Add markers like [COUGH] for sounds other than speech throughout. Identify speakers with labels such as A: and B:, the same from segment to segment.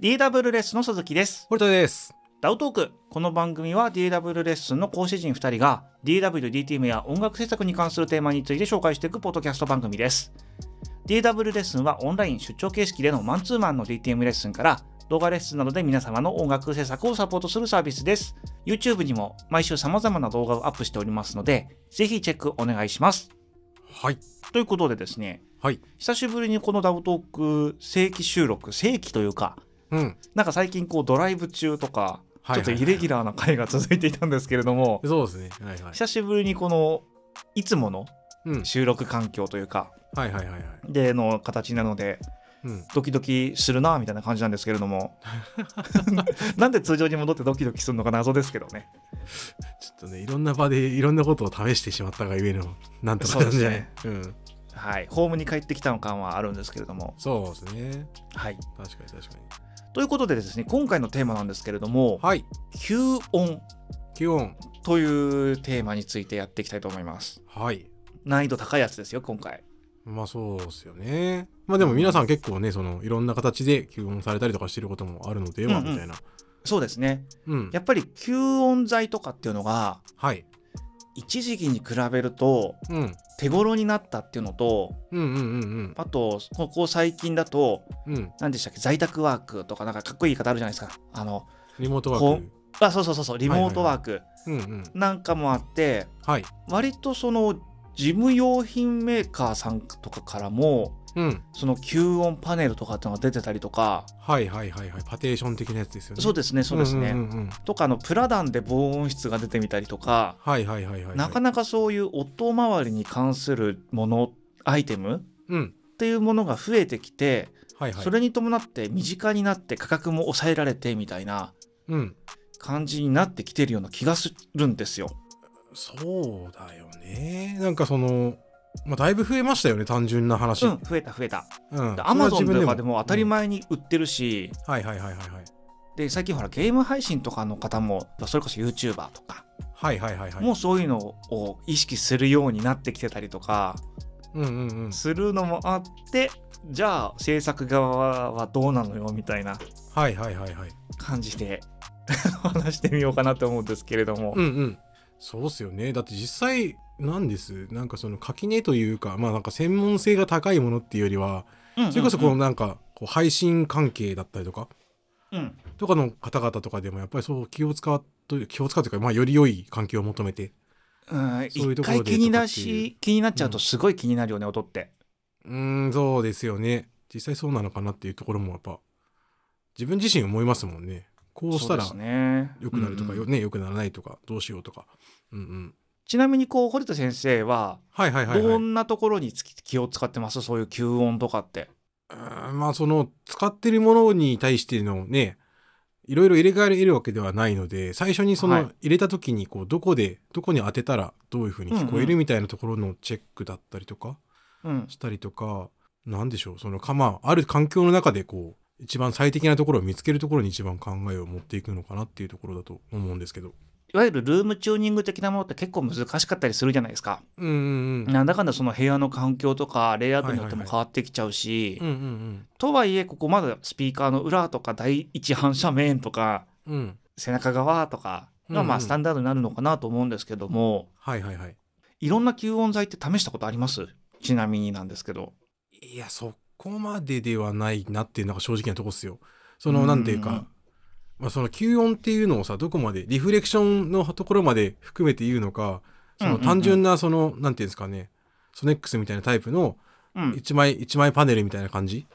A: DW レッスンの鈴木です
B: 堀田です。
A: ダウトークこの番組は DW レッスンの講師陣2人が DWDTM や音楽制作に関するテーマについて紹介していくポッドキャスト番組です DW レッスンはオンライン出張形式でのマンツーマンの DTM レッスンから動画レッスンなどで皆様の音楽制作をサポートするサービスです YouTube にも毎週様々な動画をアップしておりますのでぜひチェックお願いします
B: はい。
A: ということでですね
B: はい。
A: 久しぶりにこのダウトーク正規収録正規というか
B: うん。
A: なんか最近こうドライブ中とか、
B: はいはいはい
A: ちょっとイレギュラーな回が続いていたんですけれども、
B: そうですね。はいはい。
A: 久しぶりにこのいつもの
B: うん。
A: 収録環境というか
B: はいはいはいはい。
A: での形なので
B: うん。
A: ドキドキするなみたいな感じなんですけれど
B: [LAUGHS]
A: もなんで通常に戻ってドキドキするのか謎ですけどね
B: ちょっとね、いろんな場でいろんなことを試してしまったがゆえの、 [LAUGHS] なんとかなんじゃない。うん。
A: はいホームに帰ってきたの感はあるんですけれども
B: そうですね。
A: はい
B: 確かに確かに。
A: ということでですね今回のテーマなんですけれども
B: はい。
A: 吸音
B: 気温。
A: というテーマについてやっていきたいと思います
B: はい。
A: 難易度高いやつですよ今回
B: まあそうですよね。まあでも皆さん結構ね、そのいろんな形で吸音されたりとかしてることもあるのでは、
A: うんうん
B: みたいな。
A: そうですね
B: うん。
A: やっぱり吸音材とかっていうのが
B: はい。
A: 一時期に比べると
B: うん。
A: 手頃になったっていうのと
B: うんうんうん
A: あとここ最近だと
B: うん。うん。
A: 何でしたっけ在宅ワークとかなんかかっこいい言い方あるじゃないですかあの
B: リモートワーク。
A: あそうそうそうそうリモートワーク
B: うんうん。
A: なんかもあって
B: はい。
A: 割とその事務用品メーカーさんとかからも
B: うん。
A: その吸音パネルとかっていうのが出てたりとか
B: はいはいはいはい。パテーション的なやつですよね。
A: そうですねそうですね、
B: んんうんうん
A: とかあのプラダンで防音室が出てみたりとか
B: はいはいはいはいはい。
A: なかなかそういう音周りに関するものアイテム
B: うん。
A: っていうものが増えてきて、
B: はいはい。
A: それに伴って身近になって価格も抑えられてみたいな
B: うん。
A: 感じになってきてるような気がするんですよ。
B: そうだよね。なんかその、まあ、だいぶ増えましたよね、単純な話。
A: うん、増えた増えた。
B: うん。
A: アマゾン
B: それは自分
A: とかでも当たり前に売ってるし、
B: うんはいはいはいはいはい。
A: で最近ほらゲーム配信とかの方もそれこそ YouTuber とか、
B: はいはいはいはい。
A: もうそういうのを意識するようになってきてたりとか
B: うんうんうん。
A: するのもあってじゃあ制作側はどうなのよみたいな
B: はいはいはいはい。
A: 感じで [LAUGHS] 話してみようかなと思うんですけれども、
B: うんうん。そうっすよね。だって実際、なんですなんかその垣根というか、まあなんか専門性が高いものっていうよりは、それこそこのなんか、こう配信関係だったりとか、
A: うん、うん
B: とかの方々とかでもやっぱりそう気を使うという気を使うというか、まあより良い環境を求めて
A: うん、
B: そういう
A: 一
B: ところ
A: 回
B: で
A: 気に
B: とか
A: な
B: っていう
A: し気になっちゃう
B: う
A: と
B: ん
A: すごい気になるよね、音って。
B: うーん、そうですよね。実際そうなのかなっていうところもやっぱ、自分自身思いますもんね。こうしたら
A: そうですね
B: 良くなるとか、
A: うん
B: よね、良くならないとか、どうしようとか。うんうん。
A: ちなみにこう堀田先生は
B: はいはいはい、は
A: ど
B: い。うん
A: なところにつき気を使ってますそういう吸音とかって。
B: ーんまあその、使ってるものに対してのね、いろいろ入れ替えれるわけではないので、最初にそ
A: はい
B: の入れた時に、こう、どこで、どこに当てたらどういう風に聞こえ
A: うんう
B: るみたいなところのチェックだったりとか、
A: うん、
B: したりとか、なんでしょう、そのか、まあ、ある環境の中でこう、一番最適なところを見つけるところに一番考えを持っていくのかなっていうところだと思うんですけど。
A: いわゆるルームチューニング的なものって結構難しかったりするじゃないですか。
B: うんうんうん。
A: なんだかんだその部屋の環境とかレイアウトによっても
B: はいはいはい
A: 変わってきちゃうし、
B: うんうん
A: とはいえここまだスピーカーの裏とか第一反射面とか
B: うん。うん。
A: 背中側とかがま
B: う
A: あ
B: んうん
A: スタンダードになるのかなと思うんですけども、
B: はいはいはい。
A: いろんな吸音材って試したことありますちなみになんですけど。
B: いや、そこまでではないなっていうのが正直なとこっすよ。そ
A: うんう
B: の、
A: ん
B: なんていうか、まあ、その吸音っていうのをさ、どこまで、リフレクションのところまで含めて言うのか、そ
A: うんう
B: の
A: んうん
B: 単純な、その、なんていうんですかね、ソネックスみたいなタイプの
A: うん
B: 一枚、一枚パネルみたいな感じ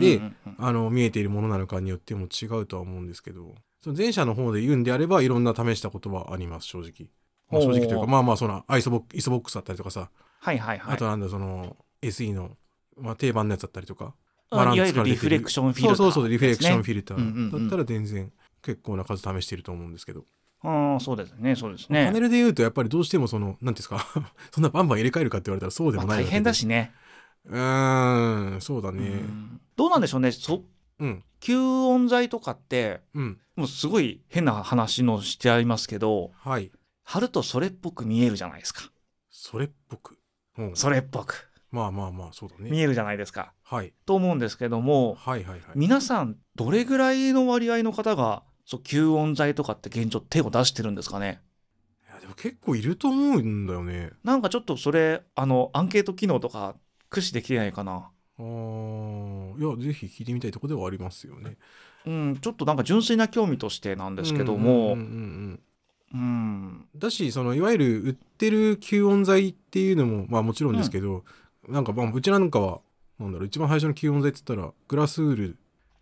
A: で、
B: であの見えているものなのかによっても違うとは思うんですけどその前者の方で言うんであればいろんな試したことはあります正直、まあ
A: お
B: 正
A: ー
B: 直というかまあまあそのアイソボックイソボックスだったりとかさ、
A: はいはいはい。
B: あとなんだその SE の、まあ、定番のやつだったりとか、
A: うん
B: まあなん
A: い
B: か
A: わゆるリフレクションフィルター、
B: そうそうそうリフレクション
A: フ
B: フィルタ
A: うんうんう
B: ー
A: ん
B: だったら全然結構な数試してると思うんですけど、
A: ィルああ、そうですね、そうです
B: パネ
A: ね。
B: ルで言うとやっぱりどうしてもその何ていうんですか [LAUGHS] そんなバンバン入れ替えるかって言われたらそうで
A: ま
B: も
A: あ、
B: な
A: 大
B: いわけで
A: 変だしね。
B: うーんそうだ
A: う
B: ね
A: んどうなんでしょうね、そ
B: うん
A: 吸音材とかって、
B: うん
A: もうすごい変な話のしてありますけど、
B: はい
A: 貼るとそれっぽく見えるじゃないですか。
B: それっぽくうん
A: それっぽく。
B: まあまあまあそうだ
A: 見
B: ね
A: えるじゃないですか。
B: はい
A: と思うんですけども
B: はいはいはい
A: 皆さんどれぐらいの割合の方がそう吸音材とかって現状手を出してるんですかね
B: いやでも結構いると思うんだよね
A: なんかちょっとそれあのアンケート機能とか駆使できてないかな
B: あーいやぜひ聞いてみたいところではありますよね
A: うんちょっとなんか純粋な興味としてなんですけども
B: うんうんうんうん
A: うん
B: だしそのいわゆる売ってる吸音材っていうのもまあもちろんですけど、なんかまあうちなんかはなんだろう一番最初の吸音材って言ったらグラスウール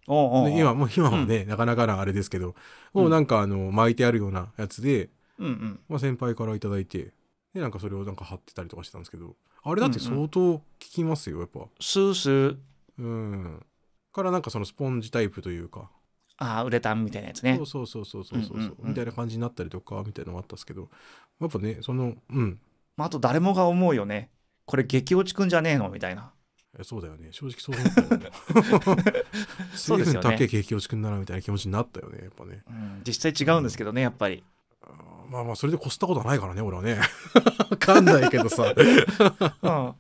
A: おうおうおう
B: ね今もう今はね、なかなかなあれですけど、もうなんかあの巻いてあるようなやつで、
A: うんうん
B: まあ、先輩からいただいてでなんかそれをなんか貼ってたりとかしてたんですけどあれだって
A: うんうん
B: 相当効きますよやっぱ
A: スースー
B: うんからなんかそのスポンジタイプというか、
A: あーウレタンみたいなやつね
B: そうそうそうそうそうそう,、
A: うんうんうん
B: みたいな感じになったりとかみたいなのもあったんですけどやっぱねそのうん
A: まあ、あと誰もが思うよねこれ激落ちくんじゃねえのみたいな
B: えそうだよね正直そう思ったよね
A: [LAUGHS]
B: [LAUGHS]
A: そうですよね
B: 随分高い景気落ちくんだなみたいな気持ちになったよねやっぱね
A: うん実際違うんですけどねやっぱり
B: あーまあまあそれで越したことはないからね俺はね [LAUGHS] わかんないけどさ
A: うん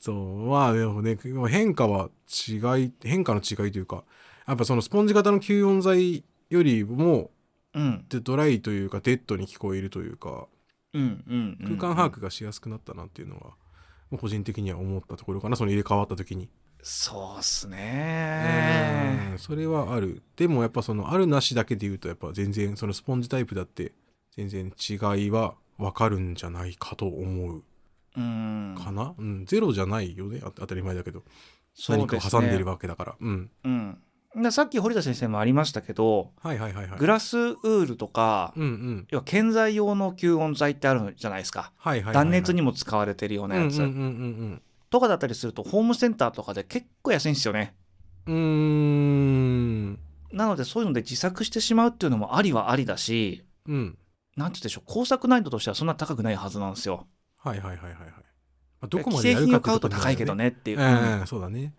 B: そうまあでもね変化は違い変化の違いというかやっぱそのスポンジ型の吸音材よりも
A: うん
B: でドライというかデッドに聞こえるというか
A: うんうんうん
B: 空間把握がしやすくなったなっていうのは、もう個人的には思ったところかなその入れ替わった時に、
A: そうっすね
B: うんそれはあるでもやっぱそのあるなしだけで言うとやっぱ全然そのスポンジタイプだって全然違いは分かるんじゃないかと思う
A: うん
B: かな、うんゼロじゃないよねあ当たり前だけど、
A: そう
B: 何かを挟んでいる
A: わ、
B: わけだからうん
A: うん、でさっき堀田先生もありましたけど
B: はいはいはいはい
A: グラスウールとか、
B: うんうん。
A: 要は建材用の吸音材ってあるじゃないですか
B: はいはいはいはい、
A: 断熱にも使われてるようなやつ、
B: うんうんうん
A: とかだったりするとホームセンターとかで結構安いんですよね
B: うんうん。う
A: なのでそういうので自作してしまうっていうのもありはありだし
B: ーん。うん。
A: なんて言うんでしょう工作難易度としてはそんな高くないはずなんですよ。
B: はいはいはいはいはい。まあ、どこ
A: 既
B: まで
A: 製
B: やる
A: 品
B: か
A: を
B: っ
A: 買
B: て
A: うと
B: こにな
A: 高
B: る
A: いけど
B: よね。
A: ねっていう、
B: うんうん、そうだね。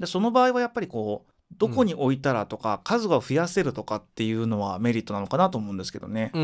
A: でその場合はやっぱりこうどこに置いたらとか、数が増やせるとかっていうのはメリットなのかなと思うんですけどね、
B: うー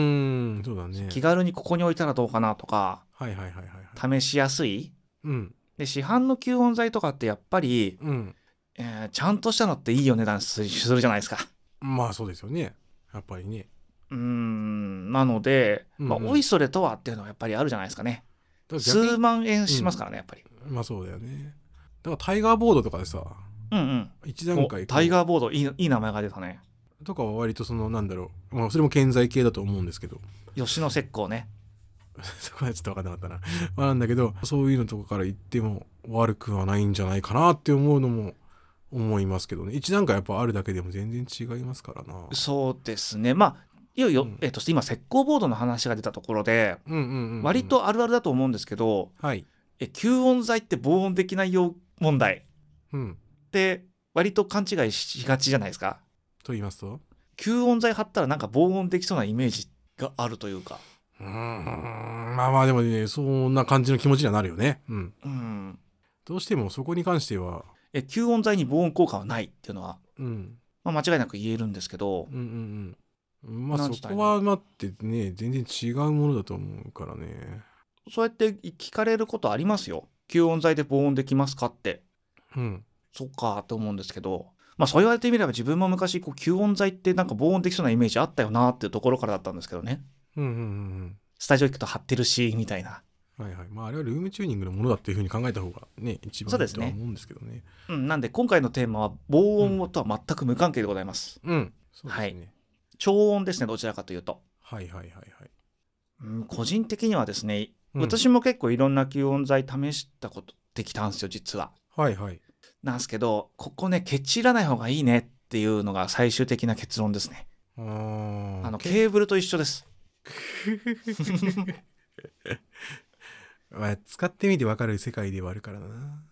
B: ん、そうだね。
A: 気軽にここに置いたらどうかなとか
B: はいはいはいはいはい。
A: 試しやすい
B: うん。
A: で市販の吸音材とかってやっぱり、
B: うん。
A: えーちゃんとしたのっていいお値段すするじゃないですか。
B: まあそうですよね。やっぱりね。
A: うーんなので、まあ、
B: うんうん
A: おいそれとはっていうのはやっぱりあるじゃないですかね。
B: だから逆
A: 数
B: に
A: 万円しますからね、やっぱり。
B: まあそうだよね。だからタイガーボードとかでさ、
A: うん
B: 一
A: うん。
B: 段
A: お
B: 階
A: タイガーボードいいいい名前が出たね。
B: とかは割とそのなんだろう、まあ、それも建材系だと思うんですけど、 [LAUGHS]
A: 吉野石膏ね。
B: そこはちょっと分かんなかったな。まあなんだけど、そういうのとかから言っても悪くはないんじゃないかなって思うのも思いますけどね。一段階やっぱあるだけでも全然違いますからな。
A: そうですね。まあ、いよいよ、
B: うん
A: えっと、今、石膏ボードの話が出たところで、
B: うんうんうんうん
A: 割。とあるあるだと思うんですけど、
B: はい。
A: え吸音材って防音できないよ問題
B: うん。
A: って、割と勘違いしがちじゃないですか。
B: と言いますと
A: 吸音材貼ったらなんか防音できそうなイメージがあるというか。
B: うーん。まあまあでもね、そんな感じの気持ちにはなるよね。うん。
A: うん。
B: どうしてもそこに関しては、
A: え吸音材に防音効果はないっていうのは、
B: うん。
A: まあ、間違いなく言えるんですけど
B: うん、うんうん。ま
A: な
B: あ
A: んつっ
B: そ
A: たらい
B: こ
A: いの
B: は待ってね、全然違うものだと思うからね。
A: そうやって聞かれることありますよ。吸音材で防音できますかって。
B: うん。
A: そっかと思うんですけど、まあ、そう言われてみれば自分も昔こう吸音材ってなんか防音できそうなイメージあったよなっていうところからだったんですけどね
B: うんうんうん
A: スタジオ行くと張ってるしみたいな、
B: うん。はいはい。まああれはルームチューニングのものだっていうふうに考えた方がね、一
A: そう
B: 番い
A: で
B: い
A: す
B: と
A: ね
B: は思うんですけどね。
A: うん、なんで今回のテーマは防音とは全く無関係でございます、
B: うん。そうですね。
A: 超音ですねどちらかというと、
B: はい、はい、はいはいはい
A: うん、個人的にはですね、
B: うん
A: 私も結構いろんな吸音材試したことできたんですよ実は
B: はいはい。
A: なんですけどここねケチらない方がいいねっていうのが最終的な結論ですね
B: あ
A: あの
B: の
A: ケーブルと一緒です
B: まあ、使ってみてわかる世界ではあるからな。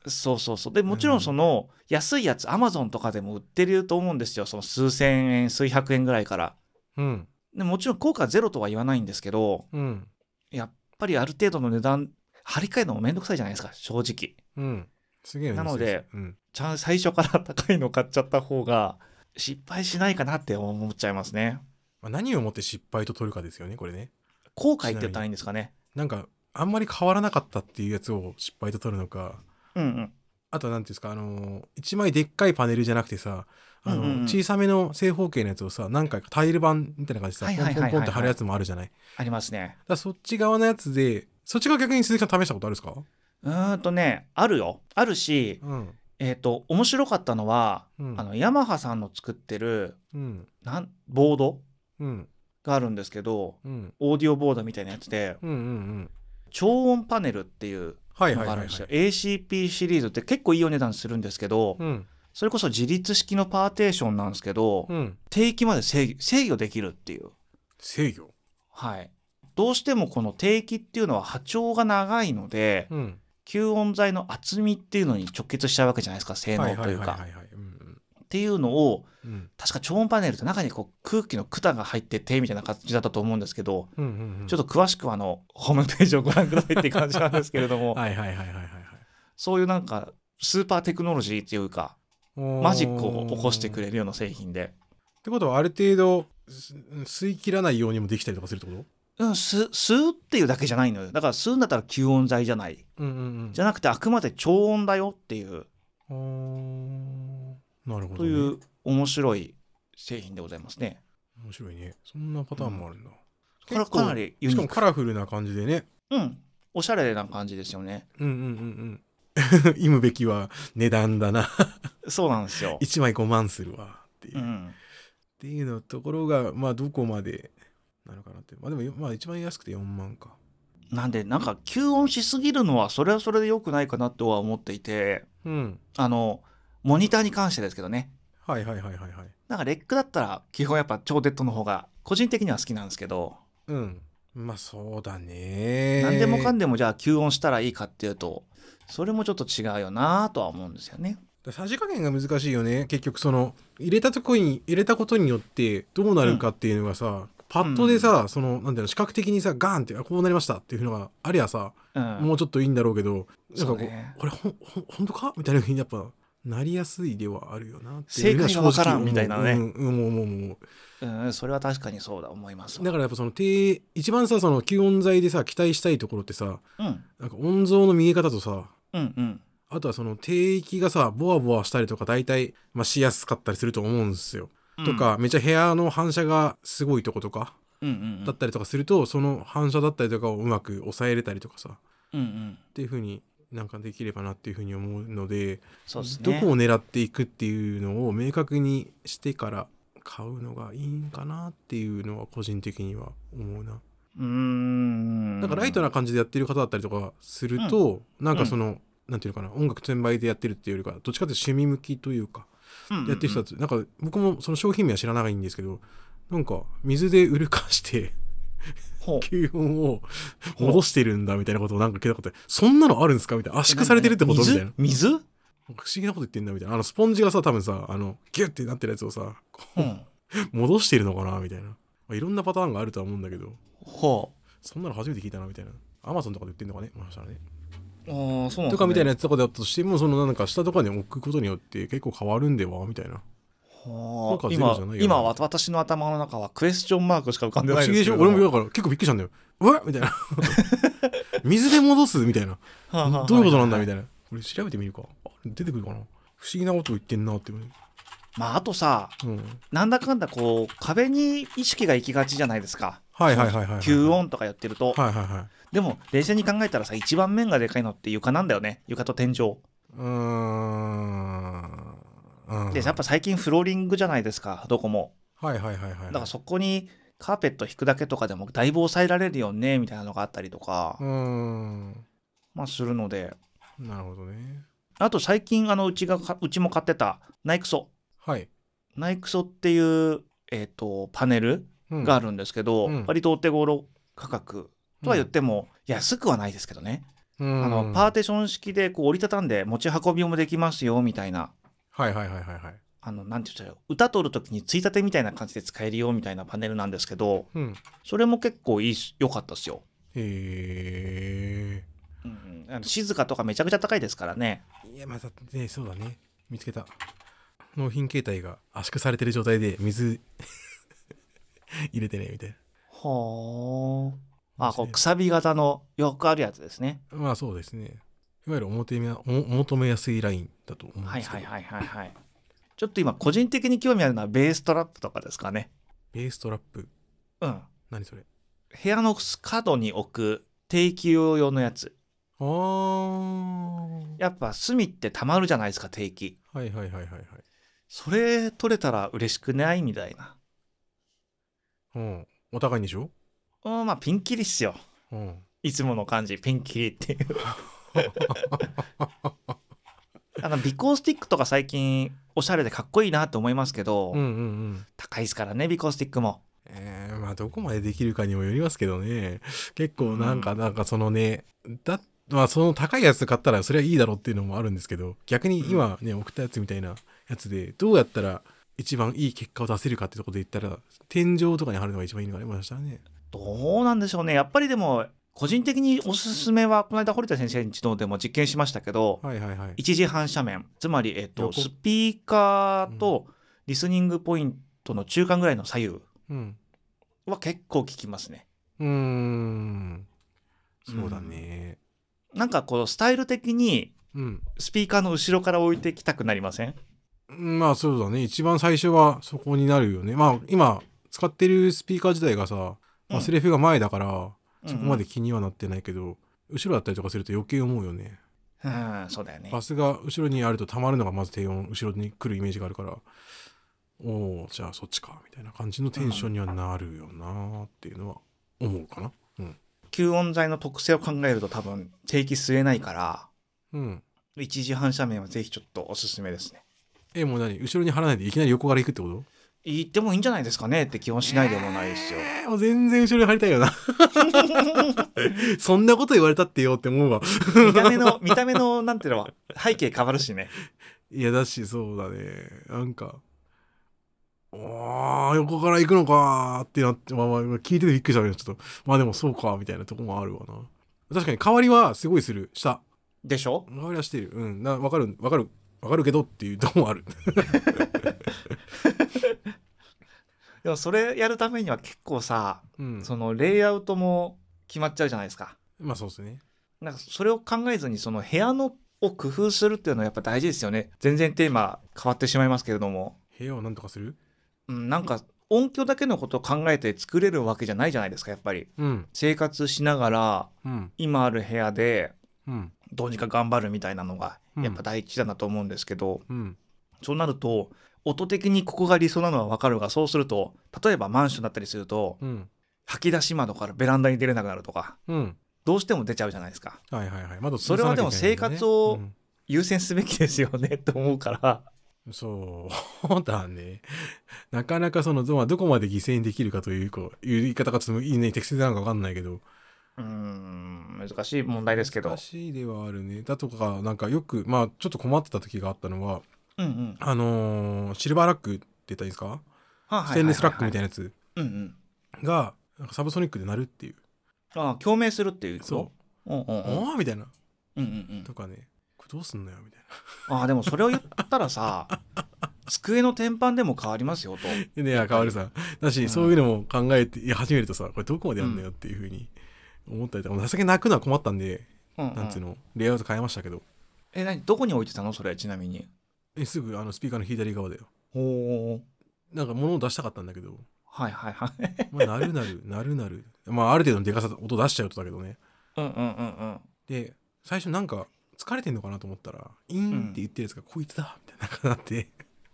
A: そうそうそうでもちろんその安いやつアマゾンとかでも売ってると思うんですよその数千円数百円ぐらいから
B: うん。
A: でもちろん効果はゼロとは言わないんですけど
B: うん。
A: やっぱりある程度の値段張り替えるのもめんどくさいじゃないですか正直
B: うん。すげえ
A: なので、
B: うん。
A: ちゃん最初から高いの買っちゃった方が失敗しないかなって思っちゃいますね
B: まあ、何をもって失敗と取るかですよね、これね。
A: 後悔って言ったらいいんですかね
B: なんか、あんまり変わらなかったっていうやつを失敗と取るのか
A: うんうん
B: あとは何ていうんですかあの一枚でっかいパネルじゃなくてさあの、
A: うんうんうん
B: 小さめの正方形のやつをさ何回かタイル版みたいな感じで
A: はい
B: さ
A: は
B: ポ
A: い
B: ン
A: はいはい
B: ポンポンって貼るやつもあるじゃないだか
A: ありますね
B: らそっち側のやつでそっち側逆に鈴木さん試したことあるんですか、
A: うーんとねあるよあるし
B: うん
A: えっ、と面白かったのは、
B: うん、
A: あのヤマハさんの作ってる
B: うん
A: なんボード
B: うん
A: があるんですけど
B: うん
A: オーディオボードみたいなやつで
B: うんうんうん
A: 超音パネルっていう
B: はい
A: の
B: はい
A: があ
B: は
A: るん
B: い、はい
A: ですよ、ACP シリーズって結構いいお値段するんですけど、
B: うん
A: それこそ自立式のパーテーションなんですけど、
B: うん
A: 定期まで制御制御できるっていう
B: 制御
A: はいどうしてもこの定期っていうのは波長が長いので、
B: うん
A: 吸音材の厚みっていうのに直結しちゃうわけじゃないですか性能というか。
B: はいはいはいはいうん
A: っていうのを
B: うんうん
A: 確か超音パネルって中にこう空気の管が入っててみたいな感じだったと思うんですけど、
B: うんうんうん
A: ちょっと詳しくはあのホームページをご覧くださいっていう感じなんですけれども、
B: はいはいはいはいはいはい
A: そういうなんかスーパーテクノロジーっていうか
B: おー
A: マジックを起こしてくれるような製品で、
B: ってことはある程度す吸い切らないようにもできたりとかするってこ
A: うん、吸吸うっていうだけじゃないのよだから吸うんだったら吸音材じゃない
B: とうんうんうん
A: じゃなくてあくまで超音だよっていう
B: おーなるほど、
A: と
B: ね、
A: いう面白い製品でございますね。
B: 面白いねそんなパターンもあるんだ、
A: これは
B: 結構
A: かなりユ
B: し
A: ニー
B: かも
A: ク。
B: カラフルな感じでね
A: うん。おしゃれな感じですよね。
B: うんうんうんうん [LAUGHS] 忌むべきは値段だな
A: そうなんですよ。
B: 1枚5万するわっていう、
A: う
B: っ
A: ん。
B: ていうのところがまあどこまでなのかなってまあでもよまあ一番安くて4万か
A: なんでなんか吸音しすぎるのはそれはそれで良くないかなとは思っていて
B: うん
A: あのモニターに関してですけどね
B: はいはいはいはいはい
A: なんかレックだったら基本やっぱ超デッドの方が個人的には好きなんですけど、
B: うんまあそうだね
A: 何でもかん
B: だ
A: でもじゃあ吸音したらいいかっていうとそれもちょっと違うよなとは思うんですよね。
B: からさじ加減が難しいよね結局その入れたとこに入れたことによってどうなるかっていうのがさ、パッとでさ、そのなんだろう視覚的にさガーンってあこうなりましたっていうのがありゃさ、
A: うん、
B: もうちょっといいんだろうけどなんか
A: そ
B: こ
A: う
B: う
A: ね
B: これほんほん本当かみたいな風にやっぱなりやすいではあるよなって
A: 正
B: いうのは
A: 解がわからんみたいなね
B: 正直思ううんうんもうもうもう
A: うん、それは確かにそうだ思いますわ
B: だからやっぱその低一番さその吸音材でさ期待したいところってさ
A: うん
B: なんか音像の見え方とさ
A: うんうん
B: あとはその低域がさボワボワしたりとか大体、まあ、しやすかったりすると思うんですよ。
A: うん
B: とか、めっちゃ部屋の反射がすごいとことか
A: うんうん
B: だったりとかすると、その反射だったりとかをうまく抑えれたりとかさっ
A: うんうん
B: ていう風になんかできればなっていう風に思うので
A: そうですね
B: どこを狙っていくっていうのを明確にしてから買うのがいいんかなっていうのは個人的には思うな。
A: うーん
B: なんかライトな感じでやってる方だったりとかすると、なんかその、なんていうのかな音楽転売でやってるっていうよりかどっちかというと趣味向きというかやってる人
A: ち
B: たち、なんか僕もその商品名は知らないんですけどなんか水で売るかして [LAUGHS]
A: ほう
B: 吸音を戻してるんだみたいなことをなんか聞いたことあるそんなのあるんですかみたいな圧縮されてるってことみたいな
A: 水水
B: 不思議なこと言ってんだみたいなあのスポンジがさ多分さあのギュッてなってるやつをさこう
A: うん
B: 戻してるのかなみたいな、まあ、いろんなパターンがあるとは思うんだけど
A: ほ
B: そんなの初めて聞いたなみたいなアマゾンとかで売ってんのかねもしかしたらね
A: うああそうなんですね
B: とかみたいなやつとかだったとしてもそのなんか下とかに置くことによって結構変わるんではみたいな
A: はあ
B: 効果ゼロ
A: 今
B: じゃないよね
A: 今わ私の頭の中はクエスチョンマークしか浮かん
B: 不
A: でな
B: 思
A: い
B: 議
A: で
B: ですし
A: け
B: ょ
A: れど
B: 俺も
A: も
B: だから結構びっくりしたんだようわっみたいな [LAUGHS] 水で戻すみたいな
A: はあはあ
B: どういうことなんだ
A: は
B: み
A: い
B: たいなこれ調べてみるかあ出てくるかな不思議なこと言ってんなって思う
A: [LAUGHS] まああとさ
B: うん
A: なんだかんだこう壁に意識が行きがちじゃないですか
B: はいはいはいはい
A: 吸音とかやってると、
B: はいはいはい
A: でも冷静に考えたらさ一番面がでかいのって床なんだよね床と天井
B: うーんうん
A: でやっぱ最近フローリングじゃないですかどこも
B: はいはいはいはい
A: だからそこにカーペット引くだけとかでもだいぶ抑えられるよねみたいなのがあったりとか、
B: うーん
A: まあするので
B: なるほどね
A: あと最近あのうちがかうちも買ってたナイクソ
B: はい
A: ナイクソっていう、えー、とパネル
B: うん
A: があるんですけど、
B: うん
A: 割とお手頃価格とは言っても安くはないですけどね、
B: うん
A: あのパーテーション式でこう折りたたんで持ち運びもできますよみたいな
B: はいはいはいはいはい
A: あのなんて言ったらいいの歌取る時についたてみたいな感じで使えるよみたいなパネルなんですけど
B: うん
A: それも結構いいし良かったですよ、
B: へえ
A: うんうん、あの静かとかめちゃくちゃ高いですからね
B: いやまたねそうだね見つけた納品形態が圧縮されてる [LAUGHS] 状態で水入れてねみたいな
A: はあまあ、こうくさび型のよくあるやつですね。
B: まあそうですね。いわゆる表めお求めやすいラインだと思うん
A: は
B: で
A: い
B: すけど、
A: はいはいはいはい。ちょっと今個人的に興味あるのはベーストラップとかですかね。
B: ベーストラップ
A: うん。
B: 何それ
A: 部屋の角に置く定期用用のやつ。
B: あー
A: やっぱ隅ってたまるじゃないですか定期。
B: はいはいはいはいはい。
A: それ取れたら嬉しくないみたいな。
B: うん、お互いにでしょ、
A: うん、まあピンキリっすよ。
B: うん、
A: いつもの感じ、ピンキリっていう。 [LAUGHS] あの、ビコースティックとか最近おしゃれでかっこいいなって思いますけど、
B: うんうんうん。
A: 高いですからね、ビコースティックも。
B: えー、まあどこまでできるかにもよりますけどね結構なんか、
A: うん
B: なんかそのねだまあその高いやつ買ったらそれはいいだろうっていうのもあるんですけど逆に今ね、送ったやつみたいなやつでどうやったら一番いい結果を出せるかってところで言ったら天井とかに貼るのが一番いいのかなもしかしたらね
A: どうなんでしょうね。やっぱりでも、個人的におすすめは、この間堀田先生のでも実験しましたけど、
B: はいはいはい
A: 一時半斜面、つまり、えっと、
B: 横
A: スピーカーとリスニングポイントの中間ぐらいの左右
B: うん
A: は結構効きますね。
B: うーんそうだね
A: なんかこう、スタイル的に
B: うん、
A: スピーカーの後ろから置いてきたくなりません
B: まあそうだね一番最初はそこになるよねまあ今使ってるスピーカー自体がさ、ま
A: うん
B: あ、セレフが前だから、そこまで
A: うん
B: 気にはなってないけど、後ろだったりとかすると余計思うよね。
A: うん、うんそうだよね
B: バスが後ろにあると溜まるのがまず低音、後ろに来るイメージがあるから、おお、じゃあそっちか、みたいな感じのテンションにはなるよなーっていうのは思うかな。うん。
A: 吸音材の特性を考えると多分定期吸えないから
B: うん。
A: 一時半斜面はぜひちょっとおすすめですね
B: え、もう何後ろに貼らないでいきなり横から行くってこと
A: 行ってもいいんじゃないですかねって気温しないでもないです
B: [LAUGHS]
A: よ、
B: えー、もう全然後ろに貼りたいよな。 [LAUGHS] そんなこと言われたってよって思うわ。
A: 見た目の見た目のなんていうの背景変わるしね
B: いや、だし、そうだね。なんか、おー、横から行くのかーってなって、まあまあ、今聞いててびっくりしたけど、ちょっと、まあでもそうか、みたいなとこもあるわな。確かに、変わりはすごいする。した。
A: でしょ
B: 変わりはしてる。うん。な、わかる、わかる、わかるけどっていうとこ
A: [LAUGHS]
B: もある。
A: でもそれやるためには結構さ
B: うん。
A: そのレイアウトも決まっちゃうじゃないですか
B: まあそうですね。
A: なんかそれを考えずにその部屋のを工夫するっていうのはやっぱ大事ですよね全然テーマ変わってしまいますけれども、
B: 部屋をなんとかする
A: うん、なんか音響だけのことを考えて作れるわけじゃないじゃないですかやっぱり
B: うん。
A: 生活しながら
B: うん。
A: 今ある部屋で
B: うん。
A: どうにか頑張るみたいなのが
B: うん
A: やっぱ第一だなと思うんですけど、
B: うん。
A: そうなると音的にここが理想なのはわかるがそうすると例えばマンションだったりすると
B: うん。
A: 吐き出し窓からベランダに出れなくなるとか
B: うん。
A: どうしても出ちゃうじゃないですか
B: はいはいはい。まだ
A: それはでも生活を
B: うん
A: 優先すべきですよねと思うから
B: そう [LAUGHS] だね。なかなかその、まあどこまで犠牲にできるかというこういう言い方がちょっといいね、適切なのか分かんないけど。
A: うーん難しい問題ですけど
B: 難。しいではあるね。だとか、なんかよく、まあちょっと困ってた時があったのは、
A: うんうん
B: あのーシルバーラックって言ったらいいですか
A: は
B: ステンレスラックみた
A: い
B: いなやつ
A: な。うんうん、
B: が、なんかサブソニックで鳴るっていう。
A: ああ共鳴するっていうこと
B: そ
A: うんうんう
B: う。
A: んうん
B: おーみたいな。
A: うんうん
B: とかね。これどうすんのよみたい
A: ああでもそれを言ったら [LAUGHS] さ机の天板でも変わりますよと。
B: な。でね、あ変わるさ。だし、
A: うん
B: そういうのも考えて、いや始めるとさ、これどこまでやんのよっていうふうに思ったりとか、情けなくのは困ったんで、
A: うんうん
B: なんつうの、レイアウト変えましたけど。
A: え何どこに置いてたのそれちなみに
B: えすぐあのスピーカーの左側だよ
A: ほう
B: なんか物を出したかったんだけど、
A: はいはいはい
B: まあ、なるなるなるなるまあある程度のでかさ音出しちゃうとだけどね
A: うんうんうん
B: で最初なんか疲れてんのかなと思ったら「イーン」って言ってるやつが「こいつだ」みたいななって